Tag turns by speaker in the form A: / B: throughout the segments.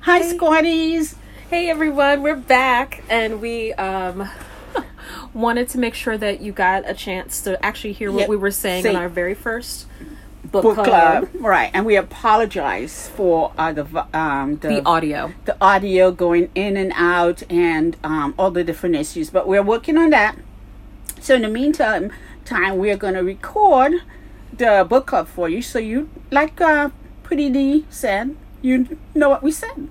A: Hi, squatties.
B: Hey everyone, we're back and we um wanted to make sure that you got a chance to actually hear what
A: Yep.
B: we were saying
A: Say-
B: on our very first book,
A: Book
B: club,
A: club. Right. And we apologize for uh, the, vo- um, the,
B: the audio.
A: the audio going in and out and um, all the different issues. But we're working on that. So in the meantime, time we're going to record the book club for you. So you, like uh, Pretty D said, you know what we said.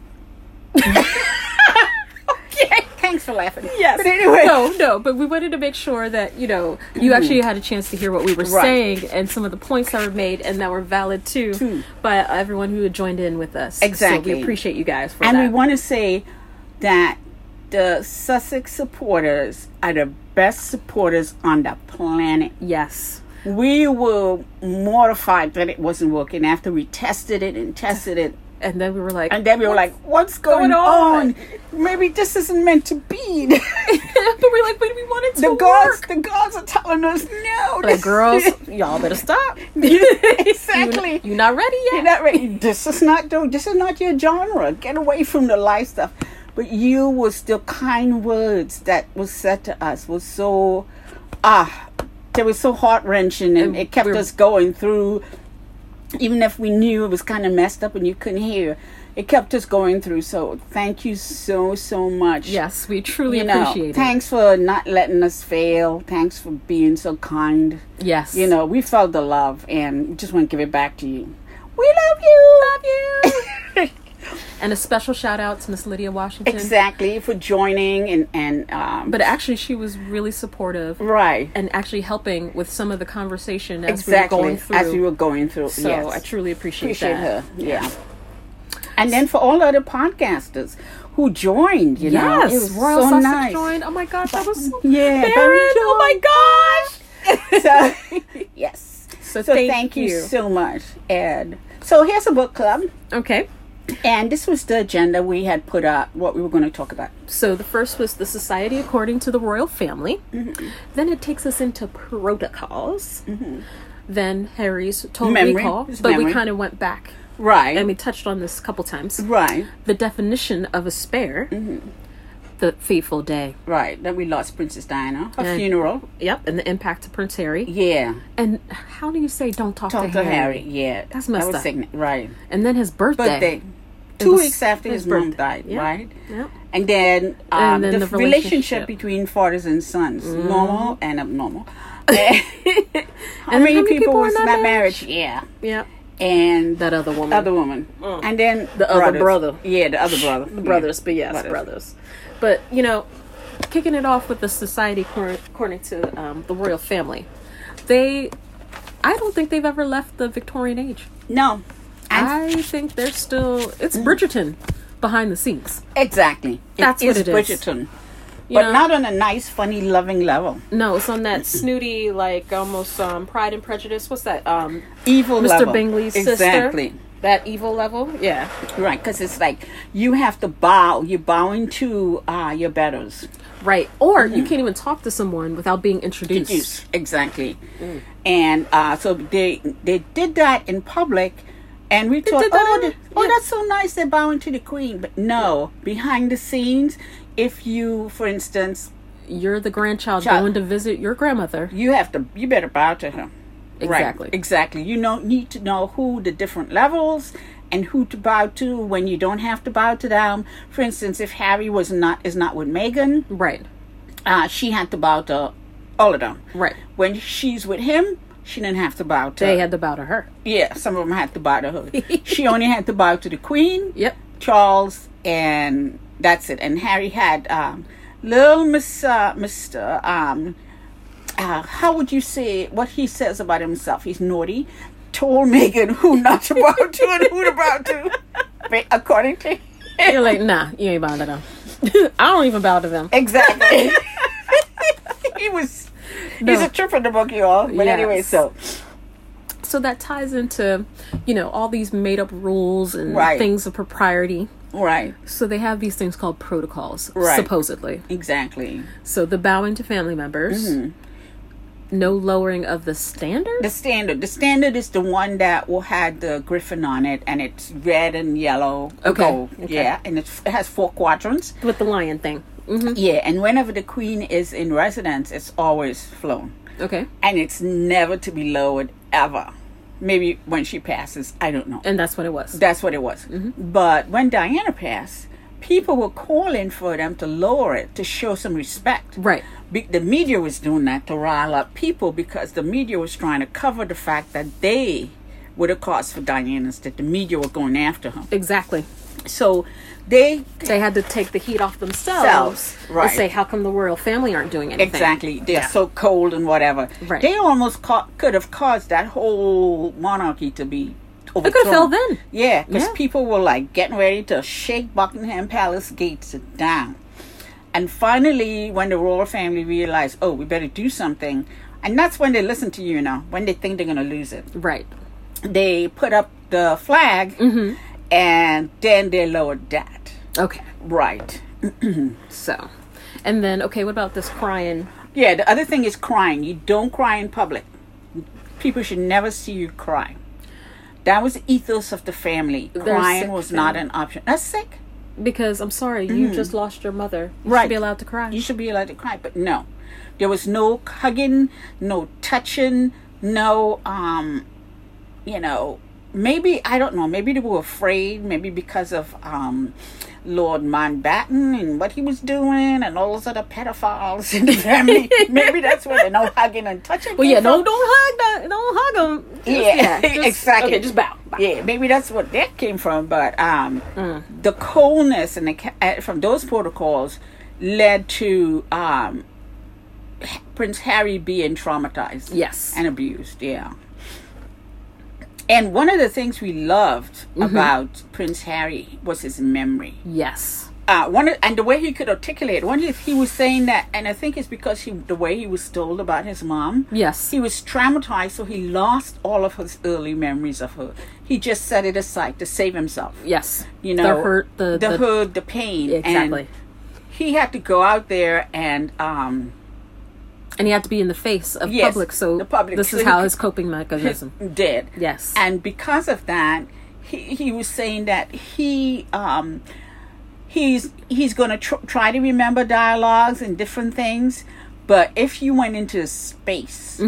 A: okay. Thanks for laughing. But anyway. Mm-hmm.
B: No, no, but we wanted to make sure that, you know, you actually had a chance to hear what we were
A: Right.
B: saying and some of the points that were made and that were valid too by everyone who had joined in with us. So
A: Exactly.
B: we appreciate you guys for
A: And
B: that.
A: we want to say that the Sussex supporters are the best supporters on the planet.
B: yes.
A: We were mortified that it wasn't working after we tested it and tested it.
B: And then we were like
A: And then we were like, what's going,
B: going
A: on?
B: on?"
A: Maybe this isn't meant to be.
B: But we're like, but we wanted to
A: the
B: work.
A: gods the gods are telling us no.
B: Like
A: this-
B: girls, y'all better stop.
A: exactly.
B: You're not ready yet.
A: You're not ready. This is not doing. This is not your genre. Get away from the life stuff. But you was the kind words that was said to us was so ah, they were so heart wrenching, and
B: And
A: it kept
B: we're-
A: us going through. Even if we knew it was kind of messed up and you couldn't hear, it kept us going through. So thank you so so much.
B: Yes, we truly
A: You know,
B: appreciate it.
A: thanks for not letting us fail. Thanks for being so kind.
B: Yes.
A: You know, we felt the love and we just want to give it back to you. We love you. Love you.
B: And a special shout out to Miss Lydia Washington.
A: exactly for joining and and um
B: But actually she was really supportive
A: right.
B: and actually helping with some of the conversation as
A: exactly.
B: we were going through.
A: As we were going through.
B: so
A: yes.
B: I truly appreciate,
A: appreciate
B: that.
A: her. Yeah. And then for all the other podcasters who joined, you know,
B: Yes,
A: it was
B: Royal
A: so
B: Sussex
A: nice.
B: joined. Oh my gosh, that was so
A: Yeah, Barry
B: Barron, Oh my gosh.
A: so, yes.
B: So
A: so
B: thank
A: thank you.
B: you.
A: so much, Ed. So here's a book club,
B: Okay.
A: and this was the agenda we had put up. What we were going to talk about.
B: So the first was the society according to the royal family.
A: Mm-hmm.
B: Then it takes us into protocols. Then Harry's total
A: Memory.
B: recall,
A: It's
B: but
A: memory.
B: we kind of went back
A: Right.
B: and we touched on this a couple times.
A: Right,
B: the definition of a spare, the fateful day.
A: right. Then we lost Princess Diana. Her
B: And-
A: funeral.
B: Yep, and the impact to Prince Harry.
A: Yeah.
B: And how do you say don't talk,
A: Talk to Harry. Yeah.
B: That's messed
A: that was
B: up.
A: signi- right.
B: And then his birthday.
A: Birthday.
B: It
A: Two
B: was
A: weeks after his, mom
B: birthday.
A: died,
B: Yeah,
A: right?
B: yeah.
A: And then, um,
B: And then
A: the,
B: the
A: relationship.
B: relationship. Mm.
A: between fathers and sons, normal and abnormal. how many,
B: many
A: people,
B: people
A: was
B: in
A: in
B: that
A: that marriage? Yeah.
B: Yep.
A: And
B: That other woman.
A: other woman. And then
B: Mm. The other brother.
A: Yeah, the other brother. Yeah.
B: brothers, but yes,
A: Brothers.
B: brothers. But you know, kicking it off with the society cor- according to um, the royal family, they. I don't think they've ever left the Victorian age.
A: No. And Mm.
B: I think they're still. It's Bridgerton behind the scenes.
A: exactly.
B: That's
A: it
B: what
A: is
B: it is.
A: Bridgerton.
B: You
A: But
B: know?
A: not on a nice, funny, loving level.
B: No, it's on that snooty, like almost um, Pride and Prejudice. What's that? Um,
A: Evil
B: Mr.
A: level.
B: Bingley's sister.
A: Exactly.
B: That evil level. Yeah.
A: Right, because it's like you have to bow. You're bowing to uh, your betters.
B: Right. Or you can't even talk to someone without being introduced.
A: Yes, exactly.
B: Mm.
A: And uh, so they they did that in public, and we thought,
B: did that
A: oh,
B: in-
A: the- oh,
B: yeah.
A: that's so nice. They're bowing to the queen. But no, behind the scenes, if you, for instance,
B: You're the grandchild
A: Child.
B: going to visit your grandmother.
A: you have to, you better bow to her.
B: Exactly.
A: Right, exactly. You know, need to know who the different levels and who to bow to when you don't have to bow to them. For instance, if Harry was not is not with Meghan,
B: Right.
A: uh, she had to bow to all of them.
B: Right.
A: When she's with him, she didn't have to bow to.
B: They had to bow to her.
A: yeah, some of them had to bow to her. she only had to bow to the Queen,
B: Yep.
A: Charles, and that's it. And Harry had um, little Miss uh, Mister. Um, uh, how would you say what he says about himself? He's naughty. Told Megan who not to bow to and who to bow to, ba- according to
B: You're like, nah, you ain't bow to them. I don't even bow to them.
A: Exactly. he was. He's
B: No.
A: a trip in the book, y'all. But anyway,
B: Yes.
A: so
B: So that ties into, you know, all these made up rules and
A: Right.
B: things of propriety.
A: right,
B: So they have these things called protocols,
A: Right.
B: supposedly.
A: exactly. Mm-hmm.
B: So the bowing to family members. no lowering of the standard.
A: The standard. The standard is the one that will had the griffin on it, and it's red and yellow.
B: Okay,
A: gold.
B: okay.
A: Yeah, and it, it has four quadrants.
B: with the lion thing. hmm
A: Yeah, and whenever the queen is in residence, it's always flown,
B: Okay,
A: and it's never to be lowered ever. Maybe when she passes, I don't know.
B: and that's what it was.
A: That's what it was. But when Diana passed, people were calling for them to lower it to show some respect.
B: Right.
A: Be- the media was doing that to rile up people because the media was trying to cover the fact that they were the cause for Diana's, that the media were going after her.
B: exactly.
A: So they
B: They had to take the heat off themselves
A: Selves, right.
B: and say, "How come the royal family aren't doing anything?"
A: Exactly. They're
B: Yeah.
A: so cold and whatever.
B: Right.
A: They almost ca- could have caused that whole monarchy to be overthrown.
B: could have fell then.
A: Yeah, because
B: Yeah.
A: people were like getting ready to shake Buckingham Palace gates down. And finally, when the royal family realized, oh, we better do something, and that's when they listen to you, you know, when they think they're going to lose it.
B: Right.
A: They put up the flag
B: Mm-hmm.
A: and then they lowered that.
B: Okay.
A: Right.
B: So, and then okay, what about this crying?
A: Yeah, the other thing is crying. You don't cry in public. People should never see you cry. That was the ethos of the family.
B: sick
A: Crying was not an option. That's sick.
B: Because I'm sorry, you just lost your mother.
A: Mm-hmm.
B: You
A: Right.
B: should be allowed to cry.
A: You should be allowed to cry, but no. There was no hugging, no touching, no um you know, maybe I don't know, maybe they were afraid, maybe because of um Lord Mountbatten and what he was doing and all those other pedophiles in the family. maybe that's where they're no hugging and touching.
B: well,
A: came
B: yeah,
A: from.
B: don't don't hug that. Don't hug them.
A: Yeah,
B: just-
A: exactly.
B: Okay, just bow. bow. Mm.
A: Yeah, maybe that's what that came from. But um, the coldness and the ca- uh, from those protocols led to um, H- Prince Harry being traumatized.
B: Yes.
A: and abused. Yeah. And one of the things we loved
B: Mm-hmm.
A: about Prince Harry was his memory
B: Yes.
A: uh, one of- and the way he could articulate. One is he was saying that, and I think it's because he the way he was told about his mom.
B: Yes.
A: he was traumatized, so he lost all of his early memories of her. He just set it aside to save himself.
B: Yes.
A: You know,
B: the hurt, the, the,
A: hurt, the pain. and
B: exactly.
A: he had to go out there and um,
B: and he had to be in the face of
A: Yes,
B: public. So
A: the public,
B: This
A: so
B: is
A: he
B: how
A: could-
B: his coping mechanism.
A: did.
B: Yes.
A: And because of that, he, he was saying that he um, he's he's going to tr- try to remember dialogues and different things, but if you went into space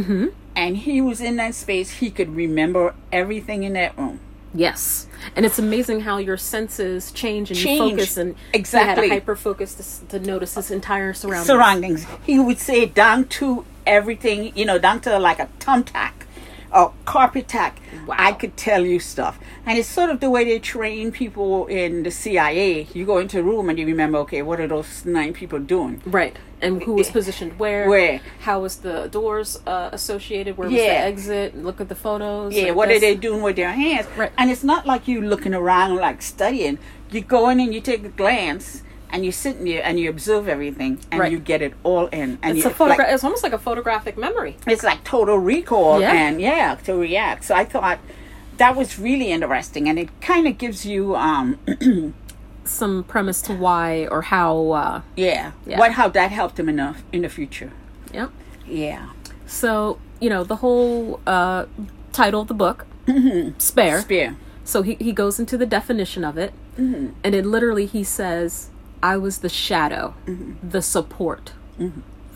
A: and he was in that space, he could remember everything in that room.
B: yes. And it's amazing how your senses change and you
A: Change.
B: focus and
A: Exactly.
B: you had a hyper focus to, s- to notice his entire surroundings.
A: surroundings. He would say down to everything, you know, down to like a thumbtack or carpet tack.
B: Wow.
A: I could tell you stuff. And it's sort of the way they train people in the CIA. You go into a room and you remember, okay, what are those nine people doing?
B: Right. And who was positioned where?
A: Eh, Where?
B: How was the doors uh, associated? Where was
A: Yeah.
B: the exit? Look at the photos.
A: Yeah,
B: like
A: what are
B: this.
A: they doing with their hands?
B: Right.
A: And it's not like you looking around like studying. You go in and you take a glance and you sit in there and you observe everything and
B: Right.
A: you get it all in. And
B: It's
A: you,
B: a photogra-
A: like-
B: It's almost like a photographic memory.
A: it's like total recall
B: Yeah.
A: and yeah to react so i thought that was really interesting and it kind of gives you um
B: Some premise to why or how. Uh,
A: yeah,
B: Yeah.
A: what how that helped him enough in the future
B: yeah.
A: yeah
B: So you know the whole uh, title of the book,
A: Mm-hmm.
B: spare.
A: spear
B: So he he goes into the definition of it,
A: Mm-hmm.
B: and it literally he says, "I was the shadow,
A: Mm-hmm.
B: the support,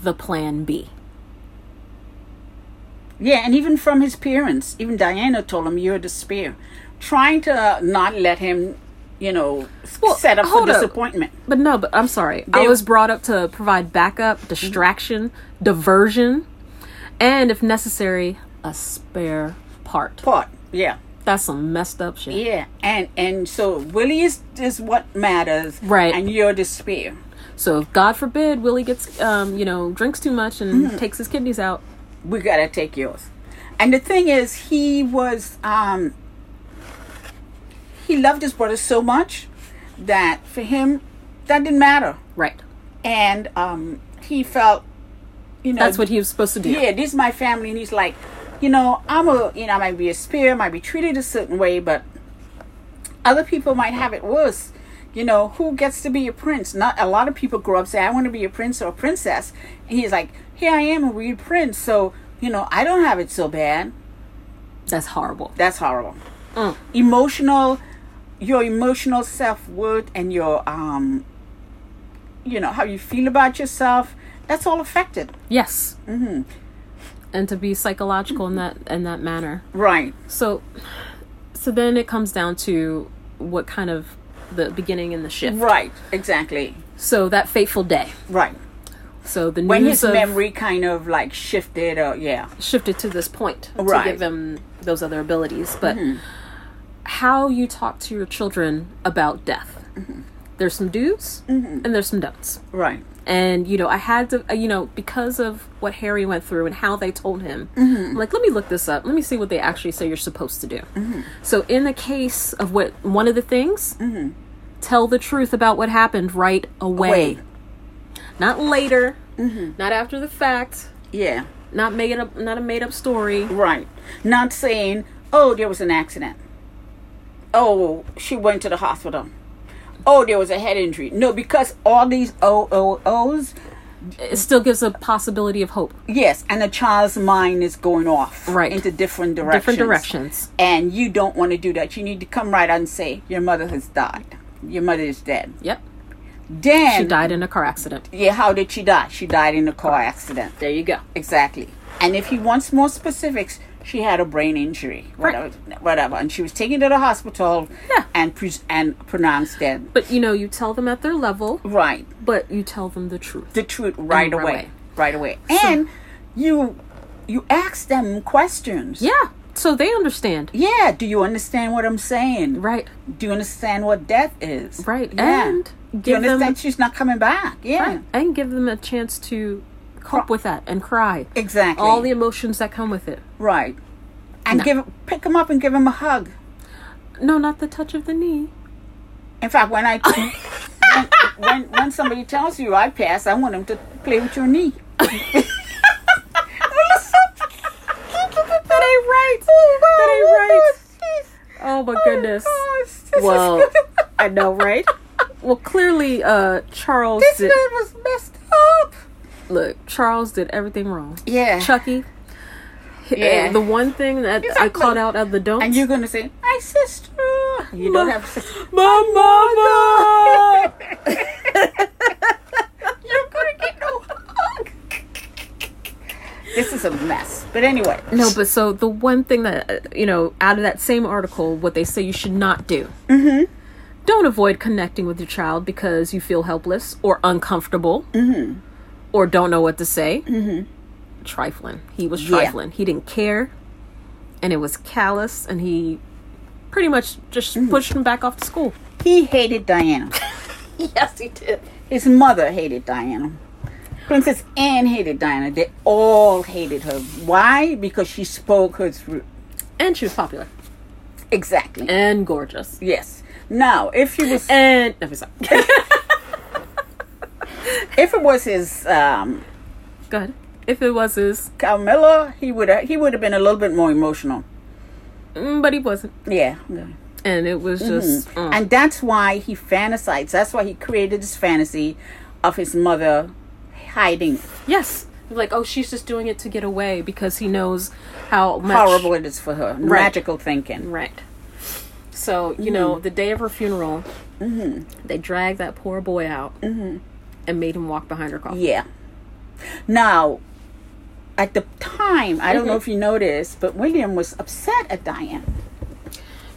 B: the plan B."
A: yeah and even from his parents even diana told him you're the spear trying to not let him you know s-
B: Well,
A: set up for
B: hold up.
A: disappointment
B: But no, but I'm sorry. I
A: They- Mm-hmm.
B: was brought up to provide backup, distraction, diversion, and if necessary, a spare part.
A: part yeah
B: That's some messed up shit.
A: yeah and and so willie is is what matters
B: Right.
A: and you're the spear
B: So if God forbid Willie gets, um, you know, drinks too much and
A: Mm-hmm.
B: takes his kidneys out.
A: we gotta take yours. And the thing is, he was um, he loved his brother so much that for him that didn't matter,
B: Right.
A: and um, he felt you know
B: That's what he was supposed to do.
A: yeah, this is my family, and he's like, you know, I'm a, you know, I might be a spear, I might be treated a certain way, but other people might have it worse. You know, who gets to be a prince? Not a lot of people grow up saying, I want to be a prince or a princess. And he's like, here I am a real prince, so You know, I don't have it so bad.
B: That's horrible.
A: That's horrible.
B: Mm.
A: Emotional, your emotional self worth and your, um, you know, how you feel about yourself, that's all affected.
B: Yes. Mm-hmm. And to be psychological in that in that manner.
A: Right.
B: So, so then it comes down to what kind of the beginning and the shift.
A: Right. Exactly.
B: So that fateful day.
A: Right.
B: So the
A: When
B: news
A: his
B: of,
A: memory kind of like shifted, or yeah.
B: shifted to this point
A: Right. Mm-hmm.
B: to give them those other abilities. But how you talk to your children about death.
A: Mm-hmm.
B: There's some do's and there's some don'ts.
A: Right.
B: And you know, I had to, uh, you know, because of what Harry went through and how they told him. I'm like, let me look this up. Let me see what they actually say you're supposed to do. So, in the case of what one of the things, tell the truth about what happened right away, Mm-hmm.
A: Away.
B: not later, not after the fact,
A: Yeah.
B: not made up, not a made up story.
A: Right. Not saying, oh, there was an accident. Oh, she went to the hospital. Oh, there was a head injury. No, because all these O O O's,
B: It still gives a possibility of hope.
A: yes, and a child's mind is going off
B: Right.
A: into different directions.
B: Different directions.
A: And you don't want to do that. You need to come right out and say, your mother has died. Your mother is dead.
B: Yep,
A: Then,
B: she died in a car accident.
A: yeah, how did she die? She died in a car accident.
B: There you go.
A: Exactly. And if he wants more specifics, she had a brain injury, whatever, whatever. and she was taken to the hospital
B: Yeah.
A: and pre- and pronounced dead.
B: But you know, you tell them at their level,
A: Right,
B: but you tell them the truth.
A: the truth right
B: And right
A: away,
B: away.
A: right away. And you you ask them questions.
B: Yeah. So they understand.
A: Yeah. Do you understand what I'm saying?
B: Right.
A: Do you understand what death is?
B: Right.
A: Yeah.
B: And
A: do you
B: give them-
A: understand she's not coming back? Yeah.
B: Right. And give them a chance to cope with that and cry.
A: Exactly.
B: All the emotions that come with it.
A: right. And give pick him up and give him a hug.
B: No, not the touch of the knee.
A: In fact, when I when, when when somebody tells you I pass, I want them to play with your knee.
B: That ain't right. That
A: oh,
B: ain't right. Oh my goodness. Well, I know, right? Well, clearly, uh, Charles
A: This man
B: did.
A: was messed up.
B: Look, Charles did everything wrong.
A: Yeah.
B: Chucky. h-
A: Yeah.
B: The one thing that
A: He's
B: I
A: like,
B: called
A: "Look,"
B: out of the don'ts.
A: And you're gonna say, "My sister." You don't have a sister.
B: my mama.
A: You're gonna get no hug. This is a mess. But anyway,
B: No, but so the one thing that uh, you know out of that same article, what they say you should not do. Mm-hmm. Don't avoid connecting with your child because you feel helpless or uncomfortable, mm-hmm. or don't know what to say. Mm-hmm. Trifling. He was
A: Yeah.
B: trifling. He didn't care, and it was callous, and he pretty much just pushed him back off to school.
A: he hated Diana.
B: Yes, he did.
A: His mother hated Diana. Princess Anne hated Diana. They all hated her. Why? Because she spoke her truth.
B: And she was popular
A: Exactly.
B: and gorgeous.
A: Yes. Now, if he was,
B: And no, sorry.
A: if it was his um,
B: Go ahead. If it was his,
A: Carmilla, he would he would have been a little bit more emotional.
B: mm, but he wasn't,
A: Yeah.
B: and it was just. mm.
A: And that's why he fantasized. That's why he created this fantasy of his mother hiding.
B: Yes. Like, oh, she's just doing it to get away because he knows how much.
A: Horrible it is for her. Magical thinking.
B: Right. So, you
A: Mm-hmm.
B: know, the day of her funeral, they dragged that poor boy out and made him walk behind her car.
A: Mm-hmm. Yeah. Now, at the time, I don't know if you noticed, but William was upset at Diane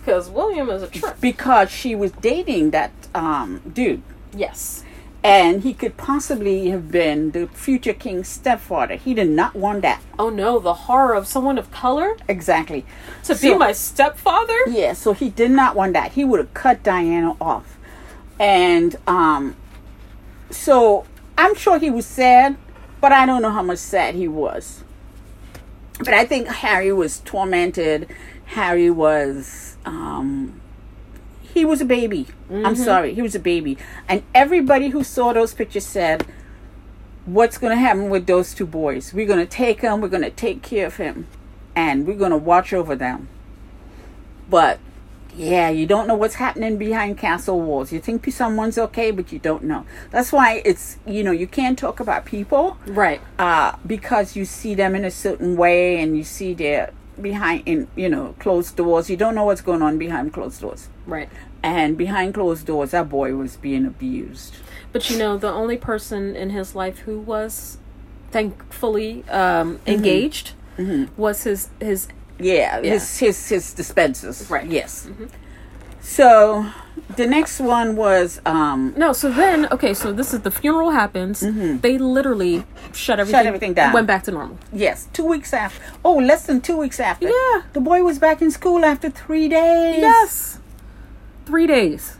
B: Because William is a trip.
A: because she was dating that um, dude.
B: Yes.
A: And he could possibly have been the future king's stepfather. He did not want that.
B: Oh no, the horror of someone of color
A: Exactly.
B: to be
A: So-
B: my stepfather?
A: Yeah, so he did not want that. He would have cut Diana off. And um so I'm sure he was sad, but I don't know how much sad he was. But I think Harry was tormented. Harry was um he was a baby. I'm sorry, he was a baby. And everybody who saw those pictures said what's going to happen with those two boys? We're going to take them, we're going to take care of him, and we're going to watch over them but Yeah, you don't know what's happening behind castle walls. You think someone's okay, but you don't know. That's why it's, you know, you can't talk about people
B: Right.
A: uh, because you see them in a certain way and you see their behind, in you know, closed doors. You don't know what's going on behind closed doors.
B: Right.
A: And behind closed doors, that boy was being abused.
B: But you know, the only person in his life who was thankfully um,
A: Mm-hmm.
B: engaged was his his
A: Yeah, his his his dispensers.
B: Right. Mm-hmm.
A: Yes. So, the next one was um
B: no. So then, okay, so this is the funeral happens. They literally shut everything
A: Mm-hmm. everything down.
B: Went back to normal.
A: yes, two weeks after. Oh, less than two weeks after.
B: Yeah.
A: The boy was back in school after three days.
B: Yes, three days,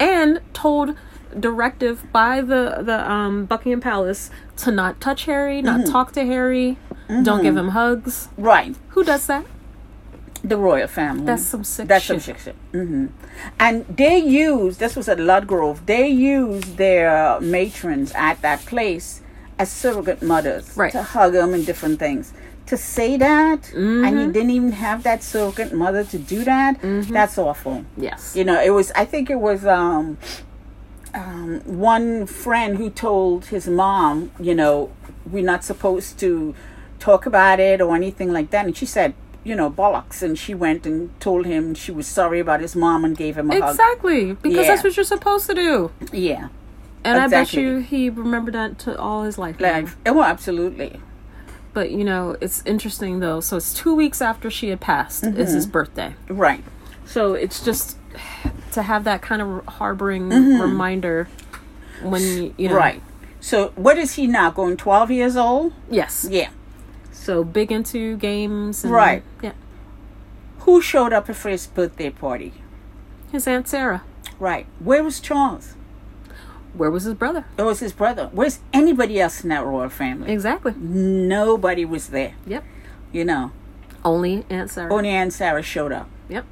B: and told directive by the the um, Buckingham Palace to not touch Harry, not
A: Mm-hmm.
B: talk to Harry, don't give him hugs.
A: Right.
B: Who does that?
A: The royal family.
B: That's some sick
A: That's
B: shit.
A: some sick shit. hmm And they used this was at Ludgrove. They used their matrons at that place as surrogate mothers
B: Right.
A: to hug them and different things. To say that, and
B: Mm-hmm.
A: you didn't even have that surrogate mother to do that. That's awful.
B: Yes.
A: You know, it was. I think it was um, um, one friend who told his mom, you know, we're not supposed to talk about it or anything like that, and she said, you know, bollocks, and she went and told him she was sorry about his mom and gave him a hug.
B: Exactly, because
A: Yeah.
B: that's what you're supposed to do.
A: Yeah, Exactly.
B: And I bet you he remembered that to all his life.
A: like oh, absolutely.
B: But you know, it's interesting though. So it's two weeks after she had passed
A: Mm-hmm.
B: is his birthday.
A: Right.
B: So it's just to have that kind of harboring reminder when you know.
A: Mm-hmm. Right. So what is he now? Going twelve years old?
B: Yes.
A: Yeah.
B: So big into games. And,
A: Right.
B: Yeah.
A: Who showed up for his birthday party?
B: His aunt Sarah.
A: Right. Where was Charles?
B: Where was his brother?
A: It was his brother. Where's anybody else in that royal family?
B: Exactly.
A: Nobody was there.
B: Yep.
A: You know,
B: Only Aunt Sarah.
A: only Aunt Sarah showed up.
B: Yep.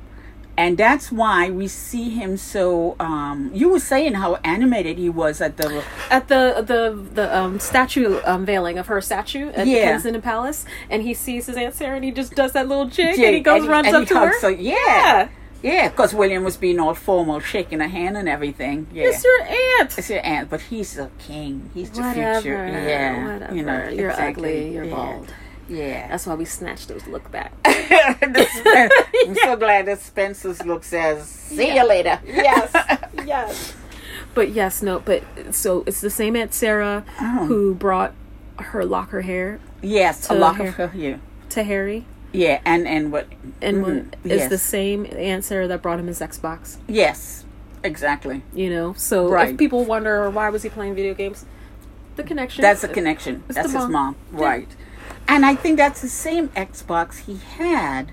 A: And that's why we see him so. Um, you were saying how animated he was at the.
B: at the the the um, statue unveiling of her statue at
A: Yeah.
B: Kensington Palace, and he sees his aunt Sarah, and he just does that little jig,
A: Yeah,
B: and he goes runs
A: and
B: up
A: he
B: to
A: hugs
B: her.
A: her. Yeah. Yeah, because William was being all formal, shaking her hand and everything. Yeah.
B: It's your aunt.
A: It's your aunt, but he's a king. He's the future.
B: Whatever,
A: Yeah. You know,
B: whatever. You're
A: exactly.
B: ugly. You're
A: yeah.
B: bald.
A: Yeah.
B: That's why we snatched those look back.
A: I'm so glad that Spencer's look says, see you later.
B: yes, yes. But yes, no. But so it's the same aunt Sarah
A: Oh.
B: who brought her locker hair
A: Yes, a
B: To
A: lock
B: her.
A: of her hair.
B: to Harry,
A: Yeah, and, and what.
B: and
A: Mhm,
B: it's
A: yes.
B: the same aunt Sarah that brought him his Xbox.
A: Yes, exactly.
B: you know so
A: Right.
B: if people wonder why was he playing video games the connection
A: That's a connection.
B: It's
A: that's
B: the
A: his mom.
B: mom. Yeah.
A: Right. And I think that's the same Xbox he had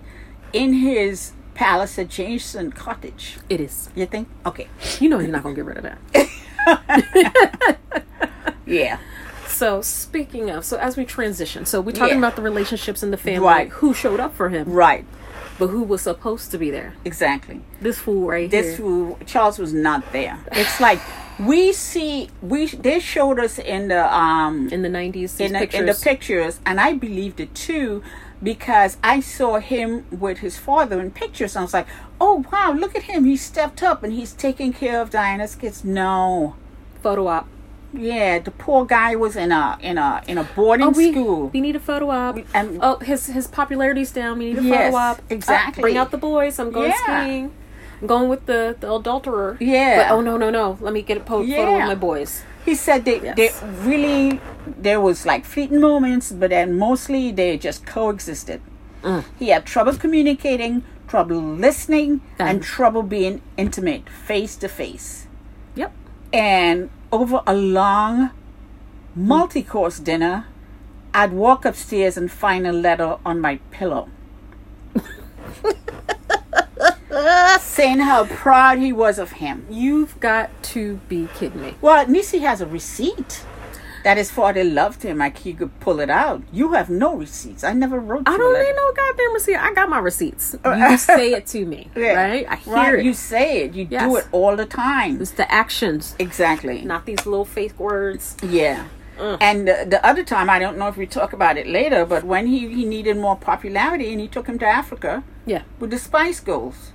A: in his palace adjacent cottage.
B: it is
A: You think? Okay.
B: you know you're not gonna get rid of that
A: Yeah.
B: so speaking of so as we transition so we're talking
A: Yeah.
B: about the relationships in the family
A: Right.
B: who showed up for him
A: Right.
B: but who was supposed to be there
A: Exactly.
B: this fool right
A: This
B: here
A: who Charles was not there. It's like we see we they showed us in the um
B: in the 90s these
A: in the,
B: pictures
A: in the pictures, and I believed it too because I saw him with his father in pictures. And I was like, oh wow, look at him. He stepped up and he's taking care of Diana's kids. No.
B: photo op
A: Yeah, the poor guy was in a in a in a boarding
B: Oh, we,
A: school.
B: we need a photo op
A: and-
B: oh his his popularity's down we need a
A: Yes,
B: photo op Uh,
A: exactly.
B: bring out the boys i'm going
A: Yeah.
B: skiing I'm going with the, the adulterer.
A: Yeah.
B: But, oh no no no! Let me get a po- photo
A: Yeah.
B: with my boys.
A: he said they,
B: Yes.
A: they really there was like fleeting moments, but then mostly they just coexisted.
B: Mm.
A: He had trouble communicating, trouble listening, and
B: Done.
A: trouble being intimate face to face.
B: Yep.
A: and over a long multi-course dinner i'd walk upstairs and find a letter on my pillow saying how proud he was of him
B: You've got to be kidding me.
A: well nisi has a receipt that his father loved him like he could pull it out you have no receipts i never wrote
B: I
A: you a
B: don't
A: letter.
B: need no goddamn receipt. I got my receipts. You say it to me,
A: Yeah.
B: right? I hear
A: Right,
B: it.
A: you say it you do
B: Yes.
A: it all the time
B: it's the actions,
A: exactly
B: not these little fake words.
A: Yeah. And the, the other time, I don't know if we talk about it later, but when he, he needed more popularity and he took him to Africa
B: Yeah.
A: with the Spice Girls.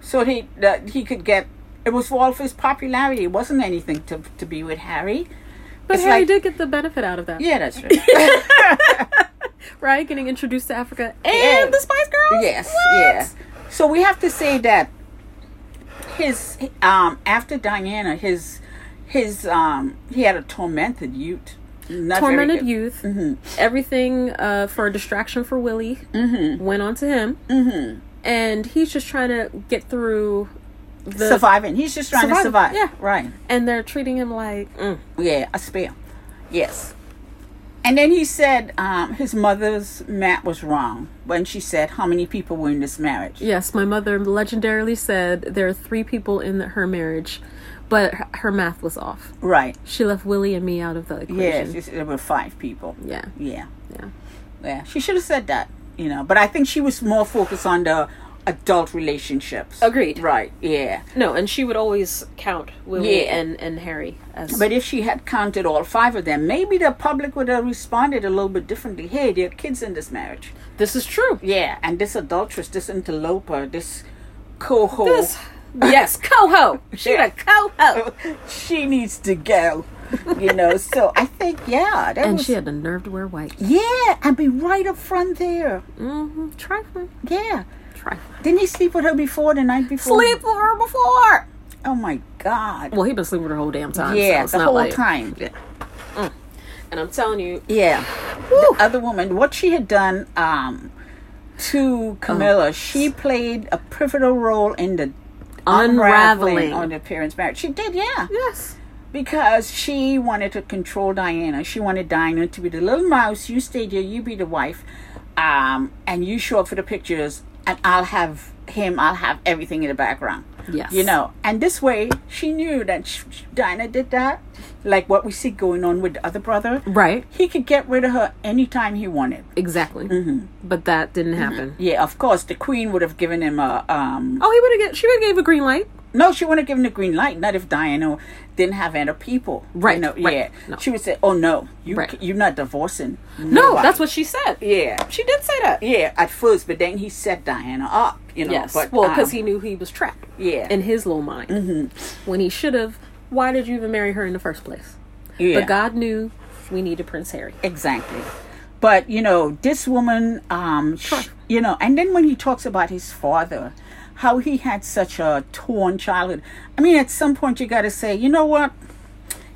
A: so he that he could get. It was for all of his popularity. It wasn't anything to to be with Harry.
B: But
A: It's
B: Harry
A: like-
B: did get the benefit out of that,
A: Yeah, that's right.
B: right? Getting introduced to Africa and
A: Yeah.
B: the Spice Girls.
A: Yes,
B: What?
A: yes. So we have to say that his um after Diana, his his um he had a tormented youth. Not very
B: Tormented
A: good.
B: youth. Everything uh, for a distraction for Willie went on to him, mm-hmm. and he's just trying to get through the.
A: surviving. He's just trying to survive.
B: Surviving, yeah.
A: Right.
B: And they're treating him like mm,
A: Yeah, a spell. Yes. And then he said um, his mother's map was wrong when she said how many people were in this marriage.
B: Yes, my mother legendarily said there are three people in the, her marriage, but her, her math was off.
A: Right.
B: She left Willie and me out of the
A: Yes,
B: equation.
A: it's- there were five people.
B: Yeah.
A: Yeah.
B: Yeah.
A: Yeah, she should have said that, you know. But I think she was more focused on the adult relationships.
B: Agreed.
A: Right. Yeah.
B: No, and she would always count Willie
A: Yeah.
B: and, and Harry as.
A: But if she had counted all five of them, maybe the public would have responded a little bit differently. Hey, there are kids in this marriage.
B: this is true.
A: Yeah, and this adulteress, this interloper, this coho,
B: This, yes, coho. She
A: Yeah.
B: a coho.
A: she needs to go. You know. so I think yeah, that
B: And
A: was
B: she had the nerve to wear white.
A: yeah, and be right up front there.
B: Mm-hmm. Trifling.
A: Yeah.
B: Trifling.
A: Didn't he sleep with her before the night before?
B: Sleep with her before.
A: Oh my God.
B: Well, he been sleeping with her whole damn time. so
A: yeah,
B: it's
A: the
B: not
A: whole
B: like-
A: time.
B: And I'm telling you,
A: Yeah. The other woman, what she had done um, to
B: Oh.
A: Camilla, she played a pivotal role in the
B: Unraveling.
A: unraveling on the parents' marriage. She did, yeah.
B: yes.
A: Because she wanted to control Diana. She wanted Diana to be the little mouse. You stay there, you be the wife, um, and you show up for the pictures, and I'll have him, I'll have everything in the background.
B: Yes.
A: You know, and this way she knew that sh sh- Diana did that, like what we see going on with the other brother.
B: Right.
A: He could get rid of her anytime he wanted.
B: Exactly.
A: Mm-hmm.
B: But that didn't happen.
A: Yeah, of course, the queen would have given him a. Um,
B: Oh, he would have. She would have gave a green light.
A: No, she wouldn't have given the green light. Not if Diana didn't have other people. You
B: Right,
A: know,
B: right.
A: Yeah.
B: No.
A: She would say, "Oh no, you
B: Right.
A: c- you're not divorcing."
B: No,
A: nobody."
B: that's what she said.
A: Yeah.
B: She did say that.
A: Yeah, at first, but then he set Diana up. You know.
B: Yes.
A: But,
B: well, because
A: um,
B: he knew he was trapped.
A: Yeah.
B: In his little mind. Mm-hmm. When he should have. Why did you even marry her in the first place?
A: Yeah.
B: But God knew we needed Prince Harry.
A: Exactly. But you know, this woman, um, sh- you know, and then when he talks about his father, how he had such a torn childhood. I mean, at some point you got to say, you know what?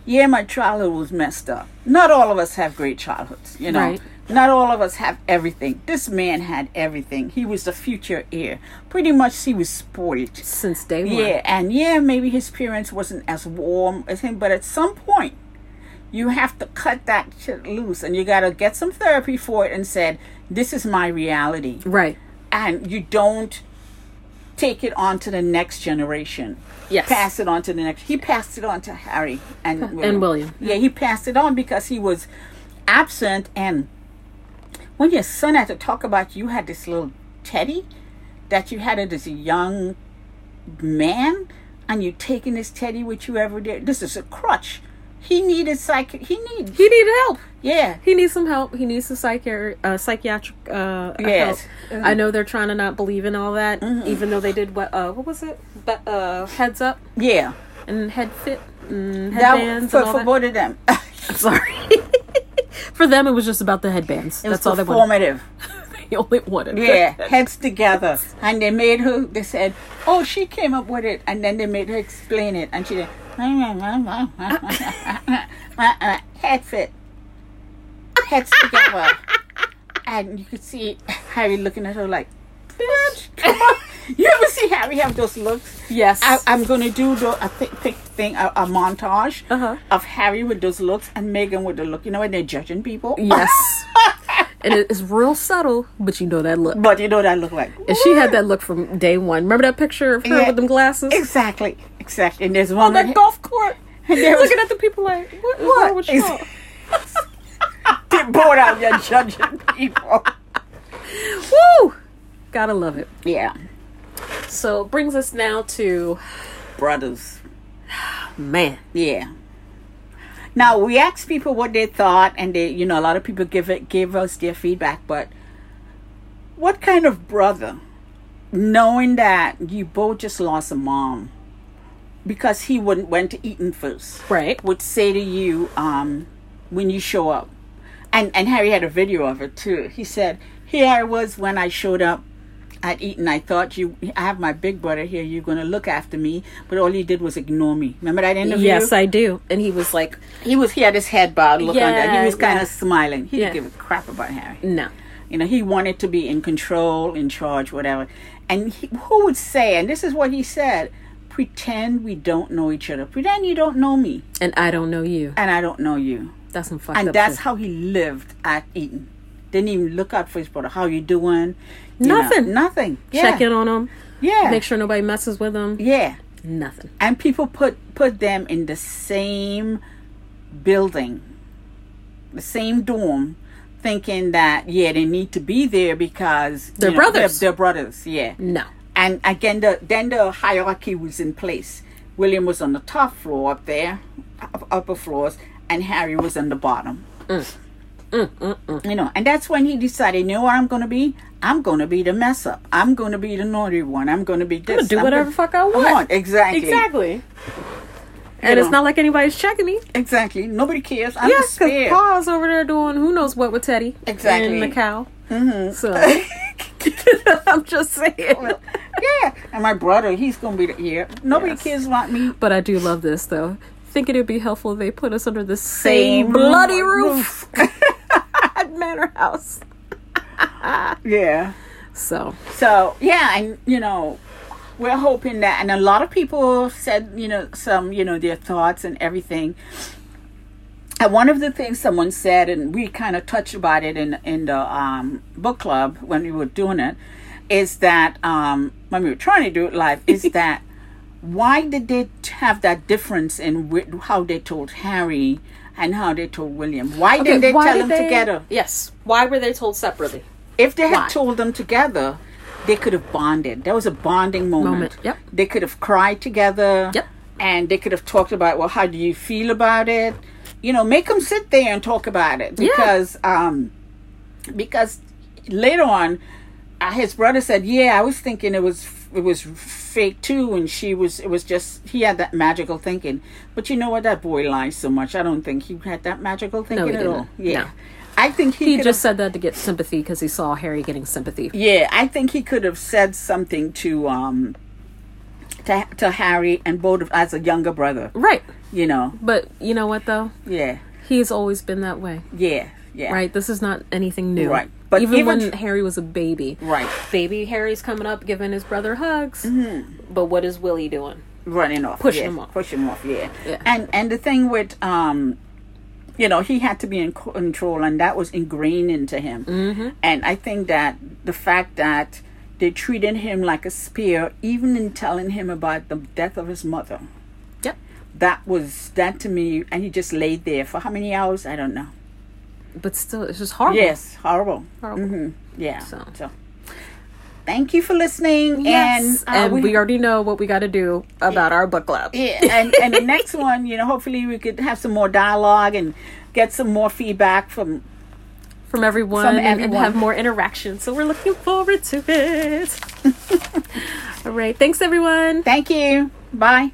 A: Yeah, my childhood was messed up. Not all of us have great childhoods, you know.
B: Right.
A: Not all of us have everything. This man had everything. He was the future heir. Pretty much, he was spoiled.
B: Since day one.
A: Yeah, and yeah, maybe his parents wasn't as warm as him, but at some point, you have to cut that shit loose, and you gotta get some therapy for it, and said, "This is my reality,"
B: Right.
A: and you don't take it on to the next generation.
B: Yes.
A: pass it on to the next. He passed it on to Harry and William.
B: William.
A: Yeah, he passed it on because he was absent, and when your son had to talk about you had this little teddy that you had it as a young man and you taking this teddy with you every day. This is a crutch. He needed psych. He need.
B: He needed help.
A: Yeah.
B: He needs some help. He needs some psychiatric, uh, psychiatric uh,
A: Yes.
B: help. I know they're trying to not believe in all that, even though they did what? Uh, what was it? But uh, heads up
A: Yeah.
B: and head fit and
A: That
B: headbands
A: for,
B: and all
A: for
B: that.
A: both of them.
B: Sorry. For them, it was just about the headbands.
A: It was
B: That's all they wanted.
A: performative.
B: They only wanted.
A: Yeah, heads together. And they made her, they said, oh, she came up with it. And then they made her explain it. And she did, head fit. Heads together. and you could see Harry looking at her like, bitch, come on. You ever see Harry have those looks?
B: Yes.
A: I, I'm going to do the, a thick, thick thing, a, a montage
B: Uh-huh.
A: of Harry with those looks and Megan with the look. You know when they're judging people?
B: yes. and it is real subtle, but you know that look.
A: But you know what I look like.
B: And she had that look from day one. Remember that picture of her
A: Yeah.
B: with them glasses?
A: Exactly, exactly. And there's one
B: On that
A: that-
B: golf court.
A: there was-
B: looking at the people like, what? What? What you want?
A: Get bored out here judging people.
B: Woo! Gotta love it.
A: Yeah,
B: So it brings us now to
A: brothers.
B: man.
A: Yeah. Now we asked people what they thought, and they, you know, a lot of people give it, gave us their feedback. But what kind of brother knowing that you both just lost a mom because he wouldn't went to Eton first.
B: Right.
A: Would say to you um, when you show up, and and Harry had a video of it too. He said, "Here I was when I showed up." At Eton, I thought you. I have my big brother here. You're gonna look after me, but all he did was ignore me. Remember that interview?
B: Yes, I do. And he was like,
A: he was. He had his head bowed, look on that.
B: Yeah,
A: He was kind
B: yeah.
A: of smiling. He
B: Yeah.
A: didn't give a crap about Harry.
B: no.
A: You know, he wanted to be in control, in charge, whatever. And he, who would say, and this is what he said pretend we don't know each other. Pretend you don't know me
B: And I don't know you.
A: and I don't know you.
B: That's some fucked
A: And
B: up
A: that's
B: shit.
A: how he lived at Eton. Didn't even look out for his brother. How you doing? You
B: Nothing.
A: Know, nothing. Yeah.
B: Check in on him.
A: Yeah.
B: Make sure nobody messes with him.
A: Yeah.
B: Nothing.
A: And people put, put them in the same building, the same dorm, thinking that, yeah, they need to be there because
B: They're
A: you know,
B: brothers.
A: They're, they're brothers, yeah.
B: No.
A: and again the then the hierarchy was in place william was on the top floor up there up- upper floors and harry was on the bottom
B: Mm.
A: you know and that's when he decided you know what i'm gonna be i'm gonna be the mess up i'm gonna be the naughty one i'm gonna be this
B: gonna do whatever fuck I want.
A: exactly
B: Exactly. And
A: You
B: it's
A: know.
B: not like anybody's checking me.
A: exactly nobody cares i'm
B: Yes, because
A: scared
B: Paul's over there doing who knows what with Teddy.
A: Exactly.
B: And the cow. Mm-hmm. So I'm just saying.
A: yeah and my brother he's gonna be the, yeah nobody
B: Yes.
A: cares about me
B: But I do love this though. Think it would be helpful if they put us under the same, bloody roof at Manor House.
A: yeah
B: So
A: So yeah, and you know, we're hoping that, and a lot of people said, you know, some, you know, their thoughts and everything. And one of the things someone said, and we kind of touched about it in in the um, book club when we were doing it, is that um, when we were trying to do it live, is that why did they t- have that difference in wh- how they told Harry and how they told William? Why didn't they tell them together?
B: Yes. Why were they told separately?
A: If they had
B: Why?
A: told them together, they could have bonded. There was a bonding moment.
B: Moment, yep.
A: They could have cried together.
B: Yep.
A: And they could have talked about, well, how do you feel about it? You know, make them sit there and talk about it
B: Yeah.
A: because um, because later on, uh, his brother said, "Yeah, I was thinking it was it was fake too," and she was it was just he had that magical thinking. But you know what? That boy lies so much. I don't think he had that magical thinking
B: he
A: at
B: didn't.
A: all. Yeah.
B: No.
A: I think he,
B: He
A: could have-
B: just said that to get sympathy because he saw Harry getting sympathy.
A: yeah, I think he could have said something to um to to Harry and both of, as a younger brother,
B: Right.
A: you know.
B: But you know what though?
A: Yeah.
B: He's always been that way.
A: Yeah. Yeah.
B: Right? This is not anything new.
A: Right. But
B: even,
A: even
B: when
A: tr-
B: Harry was a baby.
A: Right.
B: Baby Harry's coming up giving his brother hugs.
A: Mm-hmm.
B: But what is Willie doing?
A: Running off.
B: Pushing
A: yeah.
B: him off.
A: Pushing him off, yeah.
B: Yeah.
A: And and the thing with um you know, he had to be in co- control and that was ingrained into him. Mm-hmm. And I think that the fact that they treated him like a spear even in telling him about the death of his mother.
B: Yep.
A: That was that to me and he just laid there for how many hours? I don't know.
B: But still it's just horrible.
A: Yes, Mm-hmm. horrible.
B: Horrible.
A: Yeah.
B: So.
A: So. thank you for listening.
B: Yes,
A: And, uh,
B: and we, already know what we got to do about our book club.
A: Yeah, and, and the next one, you know, hopefully we could have some more dialogue and get some more feedback from.
B: from everyone,
A: From
B: and- and
A: everyone.
B: have more interaction. So we're looking forward to it. All right, thanks everyone.
A: Thank you. Bye.